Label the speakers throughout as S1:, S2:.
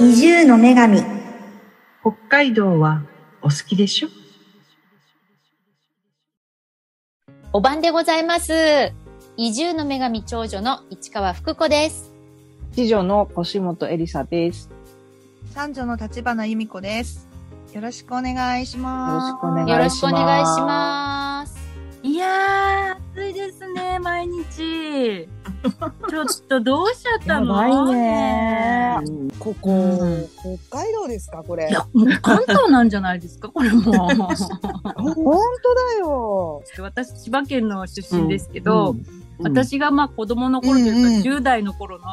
S1: の女神
S2: 北海道はお好きでしょ
S3: お晩でございます。移住の女神長女の市川福子です。
S4: 次女の腰本エリサです。
S5: 三女の立花由美子です。よろしくお願いします。
S4: よろしくお願いします
S3: よろしくお願いします。
S6: いやー、暑いですね、毎日。ちょっとどうしちゃったの
S5: やばいね
S7: ここ、
S6: うん
S7: 北海道ですかこれ
S6: い。や、もう関東なんじゃないですか、 これも。
S7: 本当だよ。
S6: 私、千葉県の出身ですけど、
S4: うん、
S6: 私がまあ子供の頃
S5: う
S6: と
S5: んう
S6: い
S5: ん
S6: うか、10代の頃の、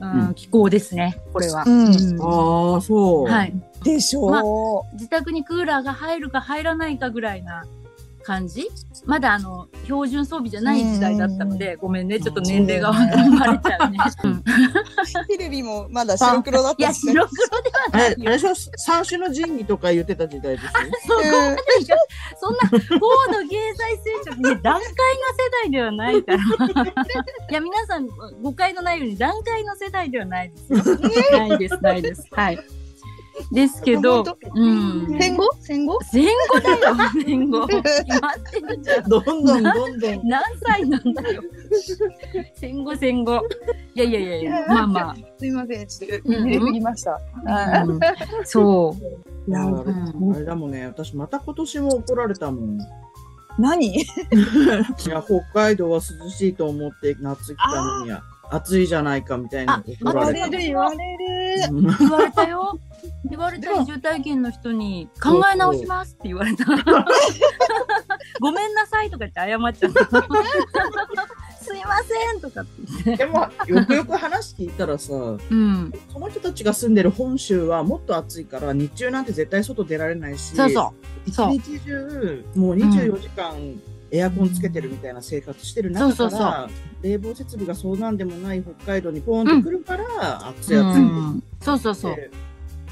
S4: う
S6: うん、気候ですね、これは。
S5: うん
S6: うん
S7: ああ、そう
S6: はい。
S7: でしょう。
S6: ま自宅にクーラーが入るか入らないかぐらいな感じまだあの標準装備じゃない時代だったので、ごめんねちょっと年齢がバレちゃうね。うん
S7: テレビもまだ白黒だっ
S6: いや
S7: たしね。
S6: 白黒では
S8: あ
S6: ない
S8: れ、
S6: よ
S8: あれさ、三種の神器とか言ってた時代ですよ。
S7: うん
S6: そんな高度経済成長ね、段階な世代ではないから。いや、皆さん、誤解のないように、段階の世代ではないですよ。ないです、ないです。はい。ですけど、
S5: 本
S6: うん。
S5: 戦後戦後
S6: 戦後だよ、戦 後。決まってるじゃん。
S8: どんどんどんどん。
S6: 何歳なんだよ。戦後、戦後。いやいやいやいや、まあまあ。
S5: すいません。ちょっと
S6: うん
S7: 出てきました。はい
S6: うんそう。
S8: いや、あれ
S6: うん
S8: あれだもんね。私、また今年も怒られたもん。い
S7: 何？
S8: や、北海道は涼しいと思って夏来たのに、暑いじゃないかみたいな怒られ
S6: あ
S8: た。
S5: 言われる。
S8: うん
S6: 言われたよ。言われた移住体験の人に考え直しますって言われ た。ごめんなさいとか言って謝っちゃ った。すいませんとかって言って。
S8: でも、よくよく話聞いたらさ、
S6: うん。
S8: その人たちが住んでる本州はもっと暑いから、日中なんて絶対外出られないし、
S6: そうそ
S8: 一
S6: そう
S8: 日中、もう24時間エアコンつけてるみたいな生活してる中
S6: そ
S8: か
S6: うそうそ
S8: ら
S6: う、
S8: 冷房設備がそうなんでもない北海道にポンって来るから、暑
S6: う。
S8: いう暑い
S6: ん。そうそうそ
S8: っ
S6: う。
S8: て。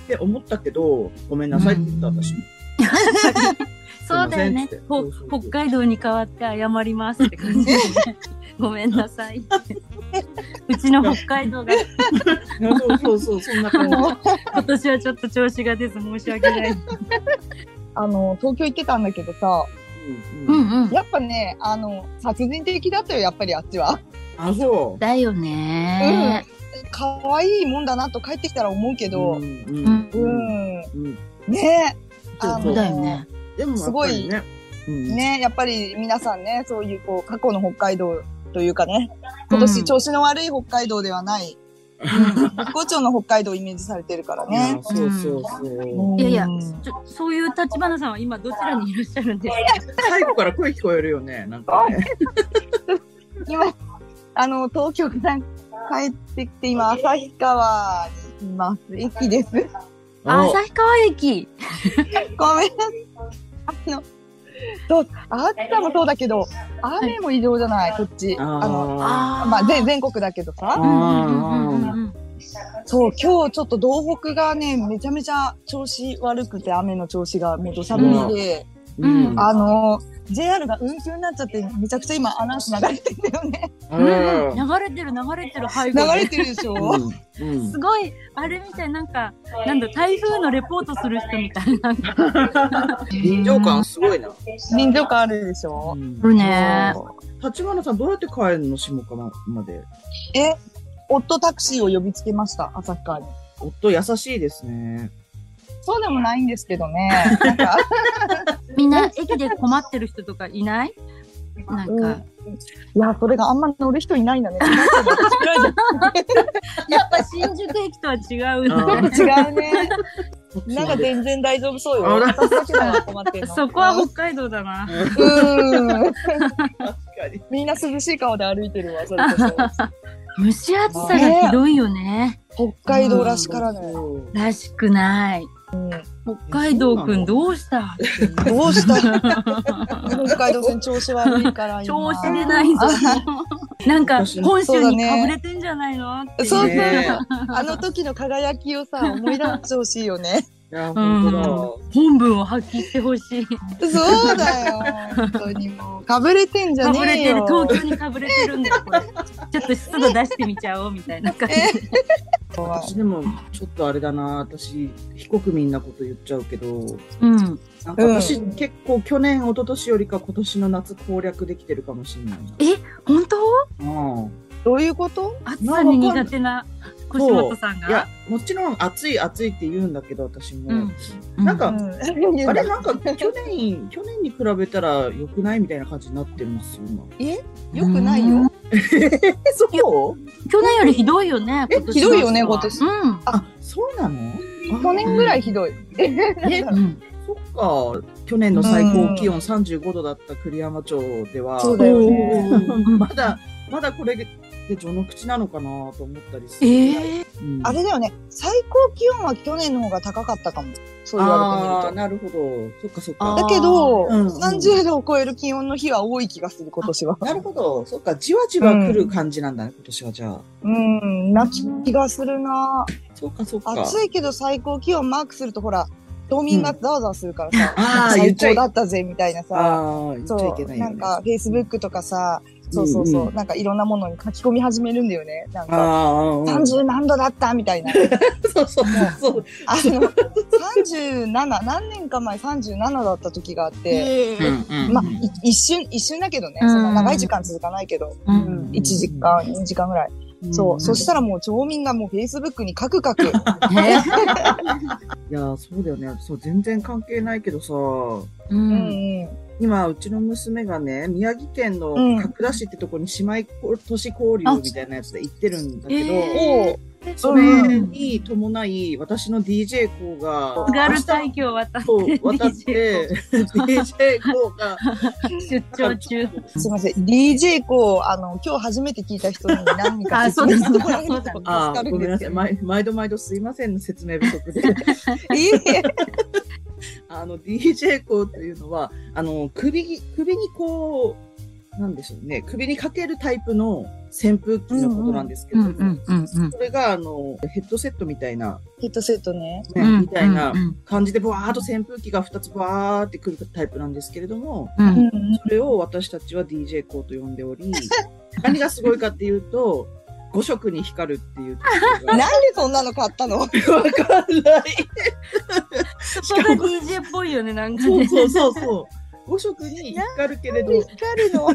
S8: って思ったけど、ごめんなさいって言った私も。
S6: そうだよね
S8: すい。ま
S6: ほ
S8: せんってそうそうそう
S6: 北海道に代わって謝りますって感じ でね。ごめんなさいって。うちの北海道が
S8: そうそうそう、そんな感じ。
S6: 今年はちょっと調子が出ず申し訳ない。
S7: あの東京行ってたんだけどさ、
S8: うんうん
S6: うん。
S7: やっぱねあの殺人的だったよやっぱりあっちは。
S8: あ、そう。
S6: だよね。
S7: 可愛いもんだなと帰ってきたら思うけど、
S6: うん
S7: う
S8: んうん
S7: ん
S8: うん
S7: ね
S8: そう
S7: あ
S6: そ
S8: そ
S6: う
S7: の
S6: うだよね。
S8: でもやっぱりね、うん
S7: ねやっぱり皆さんねそういうこう過去の北海道というかね今年調子の悪い北海道ではない、絶好調の北海道をイメージされてるから
S8: いや
S7: ね。
S8: そうそうそう。
S6: いやいや
S7: うん
S6: ちょそういう立花さんは今どちらにいらっしゃるんです
S8: 最後から声聞こえるよね、なんかね。
S7: 今あの東京から帰ってきて今旭川にいます駅です。
S6: か旭川駅。
S7: ごめんなさい。あの、どう暑さもそうだけど、雨も異常じゃない、こっち。あの、
S8: あ
S6: あ
S7: まあ、全全国だけど
S8: ー
S7: さ。
S8: あー。
S7: そう、今日ちょっと道北がね、めちゃめちゃ調子悪くて、雨の調子がもう土砂降りで、
S8: うん
S7: あの、JR が運休になっちゃって、めちゃくちゃ今アナウンス流れてんだよね。
S8: あ
S6: うん
S8: ら
S6: うん流れてる流れてる背
S7: 流
S6: 後
S7: れ
S6: で。
S7: てるでしょ、
S8: うんうん
S6: すごいあれみたいなんかなんだ台風のレポートする人みたいな。
S8: 臨場感すごいな。
S7: 臨場感あるでしょ、
S6: るね。
S8: 立花さん、どうやって帰るの下川まで。
S7: え、夫タクシーを呼びつけました、旭川に。
S8: 夫、優しいですね。
S7: そうでもないんですけどね。なん か、
S6: みんな駅で困ってる人とかいない？なんか
S7: いや、それがあんま乗る人いないん だね。
S6: やっぱ新宿駅とは違 う
S8: あー
S6: ね。
S7: 違う ね。なんか全然大丈夫そうよ。
S8: あら
S7: 私だけなの困ってんの。
S6: そこは北海道だな。
S7: うーん。
S8: 確かに。
S7: みんな涼しい顔で歩いてるわ、それこ そ。
S6: 蒸し暑さがひどいよね。
S7: 北海道らしからぬ。
S8: そう
S6: らしくない。北海道くんどうした？
S7: どう した北海道線調子悪いから今。
S6: 調子出ないぞ。なんか本州にかぶれてんじゃないの？ってい
S7: そうそう。
S8: ね
S7: あの時の輝きをさ、思い出してほしいよね。
S8: いや、本当
S6: 本文を発揮してほしい。
S7: そうだよ。本当にもう。かぶれてんじ
S6: か
S7: ゃね
S6: ぶれ
S7: え
S6: てる、
S7: よ。
S6: 東京にかぶれてるんだよ、これ。ちょっと湿度出してみちゃおうみたいな感じ。
S8: だ。私でも、ちょっとあれだな、私、非国民なこと言っちゃうけど、
S6: うん。
S8: なんか私、結構去年、一昨年よりか今年の夏攻略できてるかもしれないな。
S6: 本当
S8: うん
S7: どういうこと
S6: 暑さに苦手な腰本さん
S8: いや
S6: が。、
S8: もちろん暑い暑いって言うんだけど、私も。
S6: うん
S8: なん
S7: う
S8: か、
S7: ん
S8: あれなんか去年、去年に比べたら良くないみたいな感じになってますよ、今。
S7: よくないよ。
S8: え、そう
S6: 去年よりひどいよね。
S8: え
S6: 今年は
S7: ひどいよね今年
S6: うん。
S8: あ、そうなの
S7: 去年ぐらいひどい。
S8: え、
S6: うん
S8: そっか。去年の最高気温35度だった栗山町では、
S7: そうだよね。
S8: まだ、まだこれで序の口なのかなと思ったりする。
S6: ええ。
S8: うん
S7: あれだよね。最高気温は去年の方が高かったかも。そう言わ
S8: あ
S7: れて
S8: ー
S7: みる
S8: なるほど。そっかそっ
S7: と。
S8: か
S7: だ。けど、
S8: あーうんうん
S7: 30度を超える気温の日は多い気がする、今年は。
S8: なるほど。そっか。じわじわ来る感じなんだね、今年はじゃあ。
S7: うん、な気がするな
S8: そうかそうか。
S7: 暑いけど最高気温マークすると、ほら、冬眠がざわざわするからさ、
S8: ああ、言っ
S7: 最
S8: ちゃ
S7: 高
S8: い
S7: だったぜ、みたいなさ。
S8: ああ、言っちゃい
S7: そ
S8: けな
S7: う、
S8: いよ
S7: な
S8: ね
S7: ん。か、フェイスブックとかさ、そうそうそう、
S8: うんう
S7: なんかいろんなものに書き込み始めるんだよね。なん
S8: あ
S7: か、
S8: あ、うんうん
S7: 30何度だったみたいな。
S8: そうそうそうそう。
S7: あの、37、何年か前37だった時があって、まあ、い一瞬、一瞬だけどね、
S6: うん
S7: そんな長い時間続かないけど、
S6: う。
S7: うんん、1時間、2時間ぐらい。そう、そしたらもう町民がもうフェイスブックに書く 書く。
S6: ね
S8: いやー、そうだよね。そう、全然関係ないけどさ、
S6: う。
S7: うんん
S8: 今、うちの娘がね、宮城県の
S7: うん
S8: 角田市ってとこに姉妹こ都市交流みたいなやつで行ってるんだけど、
S6: え
S8: それに伴い、私の DJ 校が、
S6: 津軽
S8: 明
S6: 海
S8: 日
S6: 峡渡っ
S8: そう渡って、DJ 校が、
S6: て出張中。
S7: すみません、DJ こう、あの、今日初めて聞いた人に何か
S6: あ
S7: 説
S6: そう
S7: 明
S6: だ
S7: してもらえ
S6: そ
S7: る
S6: うだ
S7: と助
S8: あ
S7: か
S8: あ、
S7: る
S8: ご
S7: ん
S8: めん
S7: で
S8: な
S7: す
S8: さ
S7: け
S8: い。
S7: ど。
S8: 毎毎度毎度すいません、説明不足で。
S7: いえ
S8: あの、DJ コーというのは、あの、首に、首にこう、なんでしょうね、首にかけるタイプの扇風機のことなんですけ
S6: う
S8: ど、
S6: んうんうんうん。
S8: それが、あの、ヘッドセットみたいな、
S7: ヘッドセットね。
S8: ね
S6: うん
S8: みたいな
S6: うん
S8: 感じで、ブワーっと扇風機が2つバーってくるタイプなんですけれども、
S6: うんうん
S8: それを私たちは DJ コーと呼んでおり、 何がすごいかっていうと、5色に光るっていう特徴
S7: なん
S8: が。
S7: でそんなの買ったの
S8: わかんない。
S6: そこが DJ っぽいよね、なんか
S8: そう
S6: ね。
S8: そうそうそう。5色に光るけれど、
S7: 光るの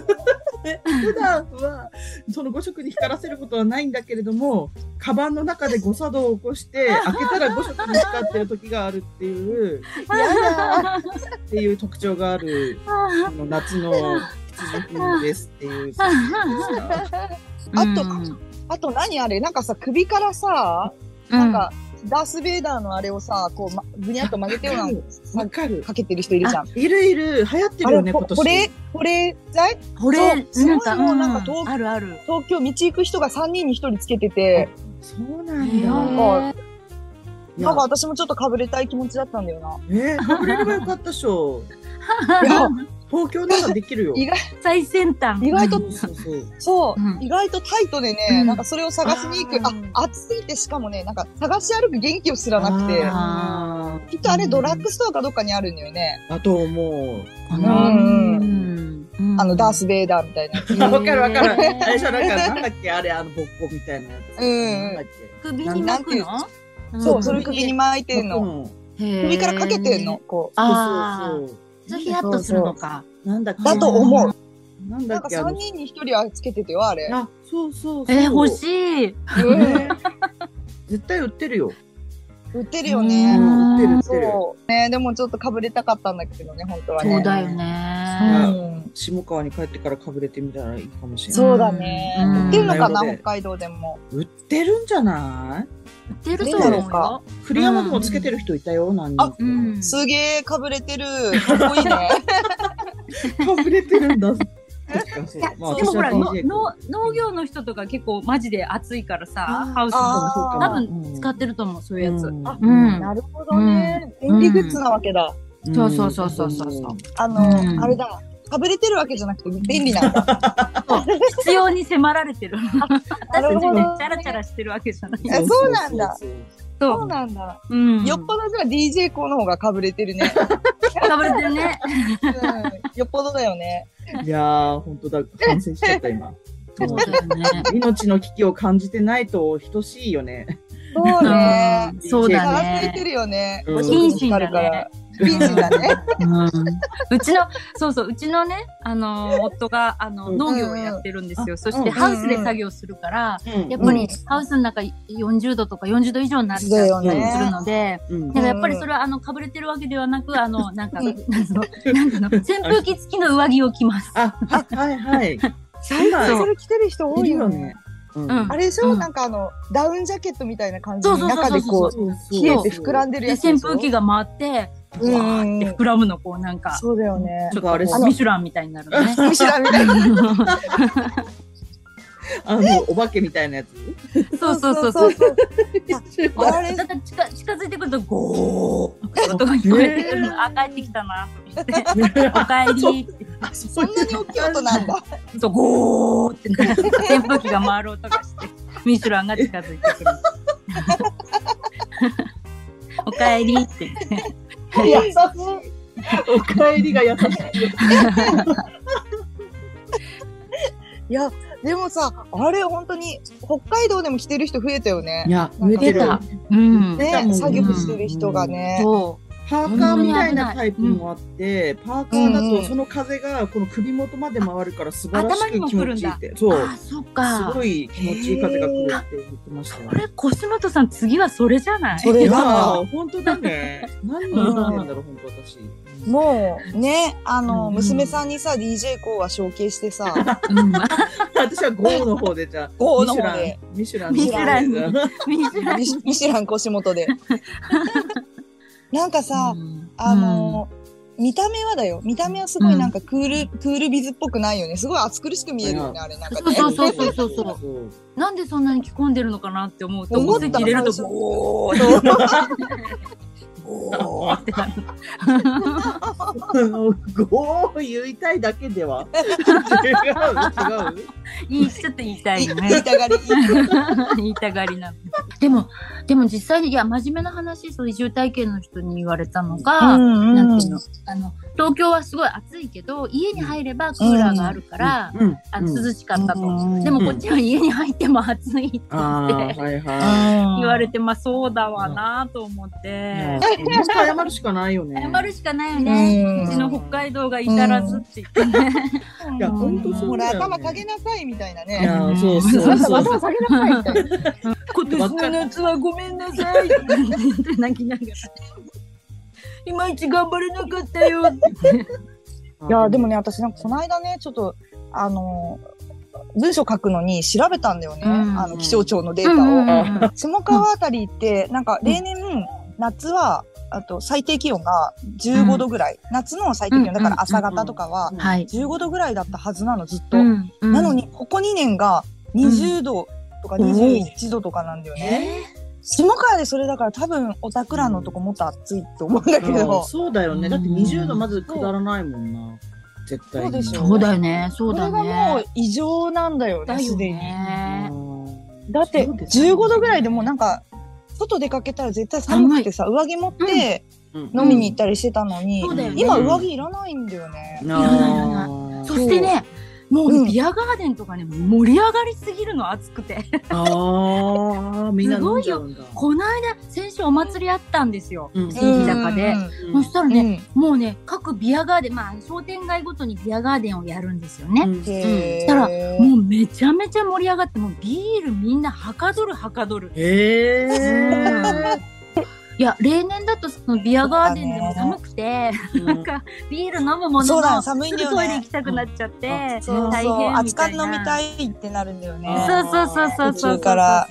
S8: で普段はその5色に光らせることはないんだけれどもカバンの中で誤作動を起こして開けたら5色に光ってる時があるっていうっていう特徴があるあの夏の必需品ですっていう。
S7: あと
S6: うん
S7: あと何あれなんかさ、首からさ、なんか、ダース・ベイダーのあれをさ、こう、ま、ぐにゃっと曲げてようなの
S8: わかる。
S7: かけてる人いるじゃん。
S8: いるいる流行って
S7: あ
S8: るよ
S7: れ、
S8: ね
S7: こ
S8: 今年。
S7: これ、これ、在
S6: これ、
S7: そう
S6: なんか、
S7: そういうのなんか
S6: う
S7: 遠
S6: ん
S7: く
S6: あるある。
S7: 東京道行く人が3人に1人つけてて、
S8: そうなんだ。
S7: なん
S8: い
S7: か、
S8: や
S7: なんか私もちょっと被れたい気持ちだったんだよな。
S8: えー、かれればよかったっしょ。
S7: いや、
S8: 東京ならでき るよ。
S7: 意外
S6: 最先端。
S7: 意外と
S8: そうそうそう。
S7: そう、
S6: うん
S7: 意外とタイトでね、
S6: うん
S7: なんかそれを探しに行く。
S8: あ
S7: あ
S8: ー
S7: 暑すぎてしかもね、なんか探し歩く元気を知らなくて。
S8: あ
S7: きっとあれドラッグストアかどっかにあるんだよね。
S8: ーだと思う。
S6: か
S7: う
S6: な。
S7: んうん
S6: うん
S7: あの、ダー。ス・ベイダーみたいな。
S8: あ わかるわかる。
S6: へー
S8: 最初なんか、なんだっけ、あれ、あの、ぼっこみたいなやつ。
S7: うんうん
S8: なんだっ
S6: 首に巻くの
S7: そう、
S6: ん
S7: それ首に巻い
S8: け。
S7: てんの。
S8: の。
S7: 首
S6: 首
S7: からかけてんの、。こう。
S6: あー
S8: そうそう
S6: そうヒヤッとするのか。
S8: そう。なんだっけ。
S7: だと思う。
S8: なん
S7: な
S8: だっ
S7: んか
S8: け、あ
S7: 3
S8: の。
S7: 人に1人はつけててよ、あれ。
S8: あ、そうそうそう。
S6: え、欲しい。
S7: うん
S8: 絶対売ってるよ。
S7: 売ってるよ
S8: う
S7: ね。
S8: ん売ってる、売ってる。
S7: そう。ね、でもちょっと被れたかったんだけどね、本当は
S6: そう
S7: ね。
S6: だよ
S8: だ
S6: ね。
S7: うん
S8: 下川に帰ってからかぶれてみたらいいかもしれない。
S7: そうだね。
S6: うん
S7: 売ってるのかな、
S8: うん
S7: 北海道でも。
S8: 売ってるんじゃない
S6: 出ると思うよ。
S8: 栗山でもつけてる人いたよ、何人か。
S6: うん。
S7: すげえ被れてる。かっこいいね。
S8: かぶれてる んだ。そっかそうまあ
S6: でもほら、
S8: 私は
S6: の
S8: DJ
S6: の農業の人とか結構マジで暑いからさ、ハウスとか
S7: あー
S6: 多分使ってると思う、そういうやつ。
S8: ん
S7: あ
S6: うん
S7: なるほどね。便利グッズなわけだ。
S6: そうそうそうそうそうそうん
S7: あ
S6: うん
S7: の、あれだ。かぶれてるわけじゃなくて便利な んだ。
S6: 必要に迫られてる。私た
S7: なる
S6: ち
S7: ほど
S6: ね、チャラチャラしてるわけじゃない。
S7: えそうなんだ
S8: そう
S7: そうなんだ。
S6: うん。
S7: よっぽどじゃあ DJ 校の方がかぶれてる ね。
S6: かぶれてるね。
S7: うんよっぽどだよね。
S8: いやー、本当だ、感染しちゃっ た、今。
S6: そうだよね。
S8: 命の危機を感じてないと等しいよね。
S7: そうね。
S6: うんそう
S7: や
S6: だ
S7: らされ
S6: ね
S7: て。るよね。
S8: うん
S7: ご職にかかるから。不謹慎だね。
S6: うんうちの、そうそう、うちのね、あのー、夫が、あの、
S8: うん
S6: 農業をやってるんですよ。そし
S8: うん
S6: て、ハウスで作業するから、やっぱり、ハウスの中40度とか40度以上になったりす
S7: だよね
S6: るの で、
S8: うん
S6: だからやっぱりそれは、あの、かぶれてるわけではなく、あの、なんか、
S7: う
S6: なんんかのなんかの、扇風機付きの上着を着ます。
S8: あ、はいはいはい。
S7: 最近
S8: そう
S7: それ着てる人多
S8: い
S7: い
S8: る
S7: よ
S8: よ
S7: ね
S8: ね。。うん
S6: うん
S7: あれでしょ
S6: うん
S7: なんかあの、ダウンジャケットみたいな感じ
S6: そ
S7: で
S6: うそうそう
S7: 中でこう、
S8: そうそう
S7: 冷えて膨らんでる
S6: で、
S7: やつでしょ。
S6: 扇風機が回って、
S7: う
S6: ブ
S7: ん
S6: ワーって膨らむの、こう、なんか、
S7: そうだよね
S6: ち。ょっ
S8: あれ
S6: とこう、ミシュランみたいになるのね。
S7: ミシュランみたいな。
S8: あの、お化けみたいなやつ。
S6: そうそうそうそう。
S7: そう。あれ
S6: だから近近づいてくるとゴーッとか聞こえてくるの、あ帰ってきたなと思って「おかえり」って
S7: そんなに大きい音なんだ。
S6: そうゴーってなる扇風機が回ろうとかしてミシュランが近づいてくる「おかえり」って言って
S7: いや、
S8: お帰りが優しい。
S7: いや、でもさ、あれ本当に北海道でも着てる人増えたよね
S8: い。や、
S7: なんか
S8: 植えてる。
S6: たうん
S8: 出たも
S7: ね、
S8: ん
S7: 作業してる人がね。
S6: そう
S8: パーカーみたいなタイプもあって、パーカーだとその風がこの首元まで回るから素晴らしく気持ちいいって。そう。
S6: あそっ
S8: す
S6: か
S8: ごい気持ちいい風が来るって言ってましたよ
S6: こ。れ越本さん次はそれじゃない
S7: それ
S8: いや
S7: が、
S8: ー、本当だね。何を言ってんだろう、本当私。
S7: もうね、あの、
S6: うん
S7: 娘さんにさ、DJ コーは承継し てさ、
S6: うん
S8: 私は GO の方でじゃあ、
S7: GO
S8: ミ
S7: の
S8: シュ
S7: 方
S8: ラン
S6: ミ
S7: で、、
S8: ミシュラン
S6: シュラン
S8: の方で
S6: ミシュラン
S7: ミシミシュラン腰元 で。なんかさ、あの、見た目はだよ。見た目はすごいなんかクール、クールビズっぽくないよね。すごい暑苦しく見えるよね、あれなんかね。
S6: そうそうそうそうそう
S8: う。
S6: なんでそんなに着込んでるのかなって思うと、
S7: 思
S6: お
S7: った
S6: 席入れると、
S7: 最初
S6: ゴー ッってなる。
S8: ゴー言いたいだけで は違う違う
S6: 言い、ちょっと言いた
S7: い
S6: いよ
S7: 言い
S6: ね。
S7: たがり。
S6: 言いたがりなの。でも、でも実際に、いや、真面目な話、そう、移住体験の人に言われたのが、なんていうの、あの、東京はすごい暑いけど、家に入ればクーラーがあるから、
S8: うん
S6: あの涼しかったと。
S7: うん
S6: でもこっちは家に入っても暑いって
S8: あ
S6: 言っ
S8: ー
S6: て
S8: はいは
S6: 言わ
S7: 言
S6: れて、まあそうだわなと思って。
S8: い。もう謝るしかないよね。
S6: 謝るしかないよね。
S7: うん
S6: うちの北海道が至らずって言ってね。
S8: いや、本当
S7: ほ
S8: そうだ
S7: ら、
S8: よ、ね。
S7: 頭下げなさいみたいないね。
S8: や、そうそう
S7: 頭
S8: そう。
S7: 下げなさいみたいな。
S6: 今年の夏はごめんなさいって泣きながら。いまいち頑張れなかったよって言って。
S7: いやでもね私なんかこの間ねちょっとあの文章書くのに調べたんだよね、
S6: うん
S7: あの気象庁のデー
S6: う
S7: タを。
S6: ん
S7: 下川あたりってなんか例年、夏はあと最低気温が15度ぐらい、夏の最低気温だから朝方とかは
S8: うん
S6: はい。
S7: 15度ぐらいだったはずなのずっと。
S6: うんうん
S7: なの。にここ2年が20度とか21度とかなんだよね。
S6: え
S7: 下川でそれだから多分おたくらのとこもっと暑いと思うんだけ
S8: あー
S7: ど。
S8: そうだよね。だって
S6: うん
S8: 20度まず下らないもんな。絶対に。
S7: そうでし
S6: ー
S7: ょ
S6: そうだよね。そう
S7: こ
S6: だ
S7: れがもう
S6: ね。
S7: 異常なんだよね、すでに。
S6: ね。
S7: だって
S8: そうです
S7: 15
S8: よ
S7: 度ぐらいでもうなんか外出かけたら絶対寒くてさ上着持って飲みに行ったりしてたのに、
S6: そうだよね
S7: 今上着いらないんだよね。
S8: い
S6: いらないいらなそしてね、もうねビアガーデンとかね、盛り上がりすぎるの暑くて。
S8: ああ、みんな飲んじゃうんだ。
S6: この間、先週お祭りあったんですよ。
S8: うん
S6: そう日高で
S8: うん
S6: そしたら
S7: うん
S6: ね、もうね、各ビアガーデン、まあ、商店街ごとにビアガーデンをやるんですよ
S8: う
S6: ね。
S8: ん
S7: へー
S6: したらもうめちゃめちゃ盛り上がって、もうビールみんなはかどるはかどる。
S8: へえ。
S6: いや、例年だとそのビアガーデンでも寒くて、なんかビール飲むも
S7: そ
S6: の
S7: うだ
S6: の、
S7: ね寒いんだ
S6: す
S7: よ
S6: ぐ
S7: ね
S6: トイレ行きたくなっちゃって、
S8: あ
S7: そう
S6: 大
S7: そう
S6: 変み
S7: 熱
S6: た
S7: 燗
S6: いな。
S7: 飲みたいってなるんだよね。
S6: そうそうそうそうそうそう。
S7: 途中から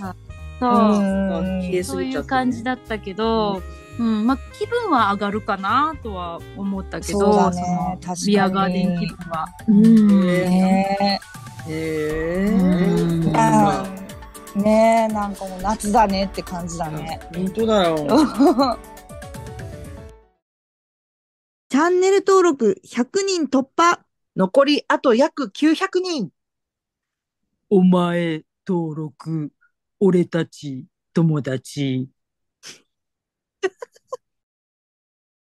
S6: そう。
S7: うん
S8: 冷えす
S6: そう
S8: ぎ
S6: い
S8: ちゃ
S6: う
S8: ってね
S6: 感じだったけど、うん、まあ気分は上がるかなとは思ったけど、
S7: そうだね
S6: の
S7: 確かに
S6: ビアガーデン気分は。うん
S7: ね
S8: へ
S6: うん
S8: え。
S7: あーねえなんかもう夏だねって感じだね。
S8: 本当だよ。
S5: チャンネル登録100人突破
S2: 残りあと約900人。
S1: お前登録、俺たち友達。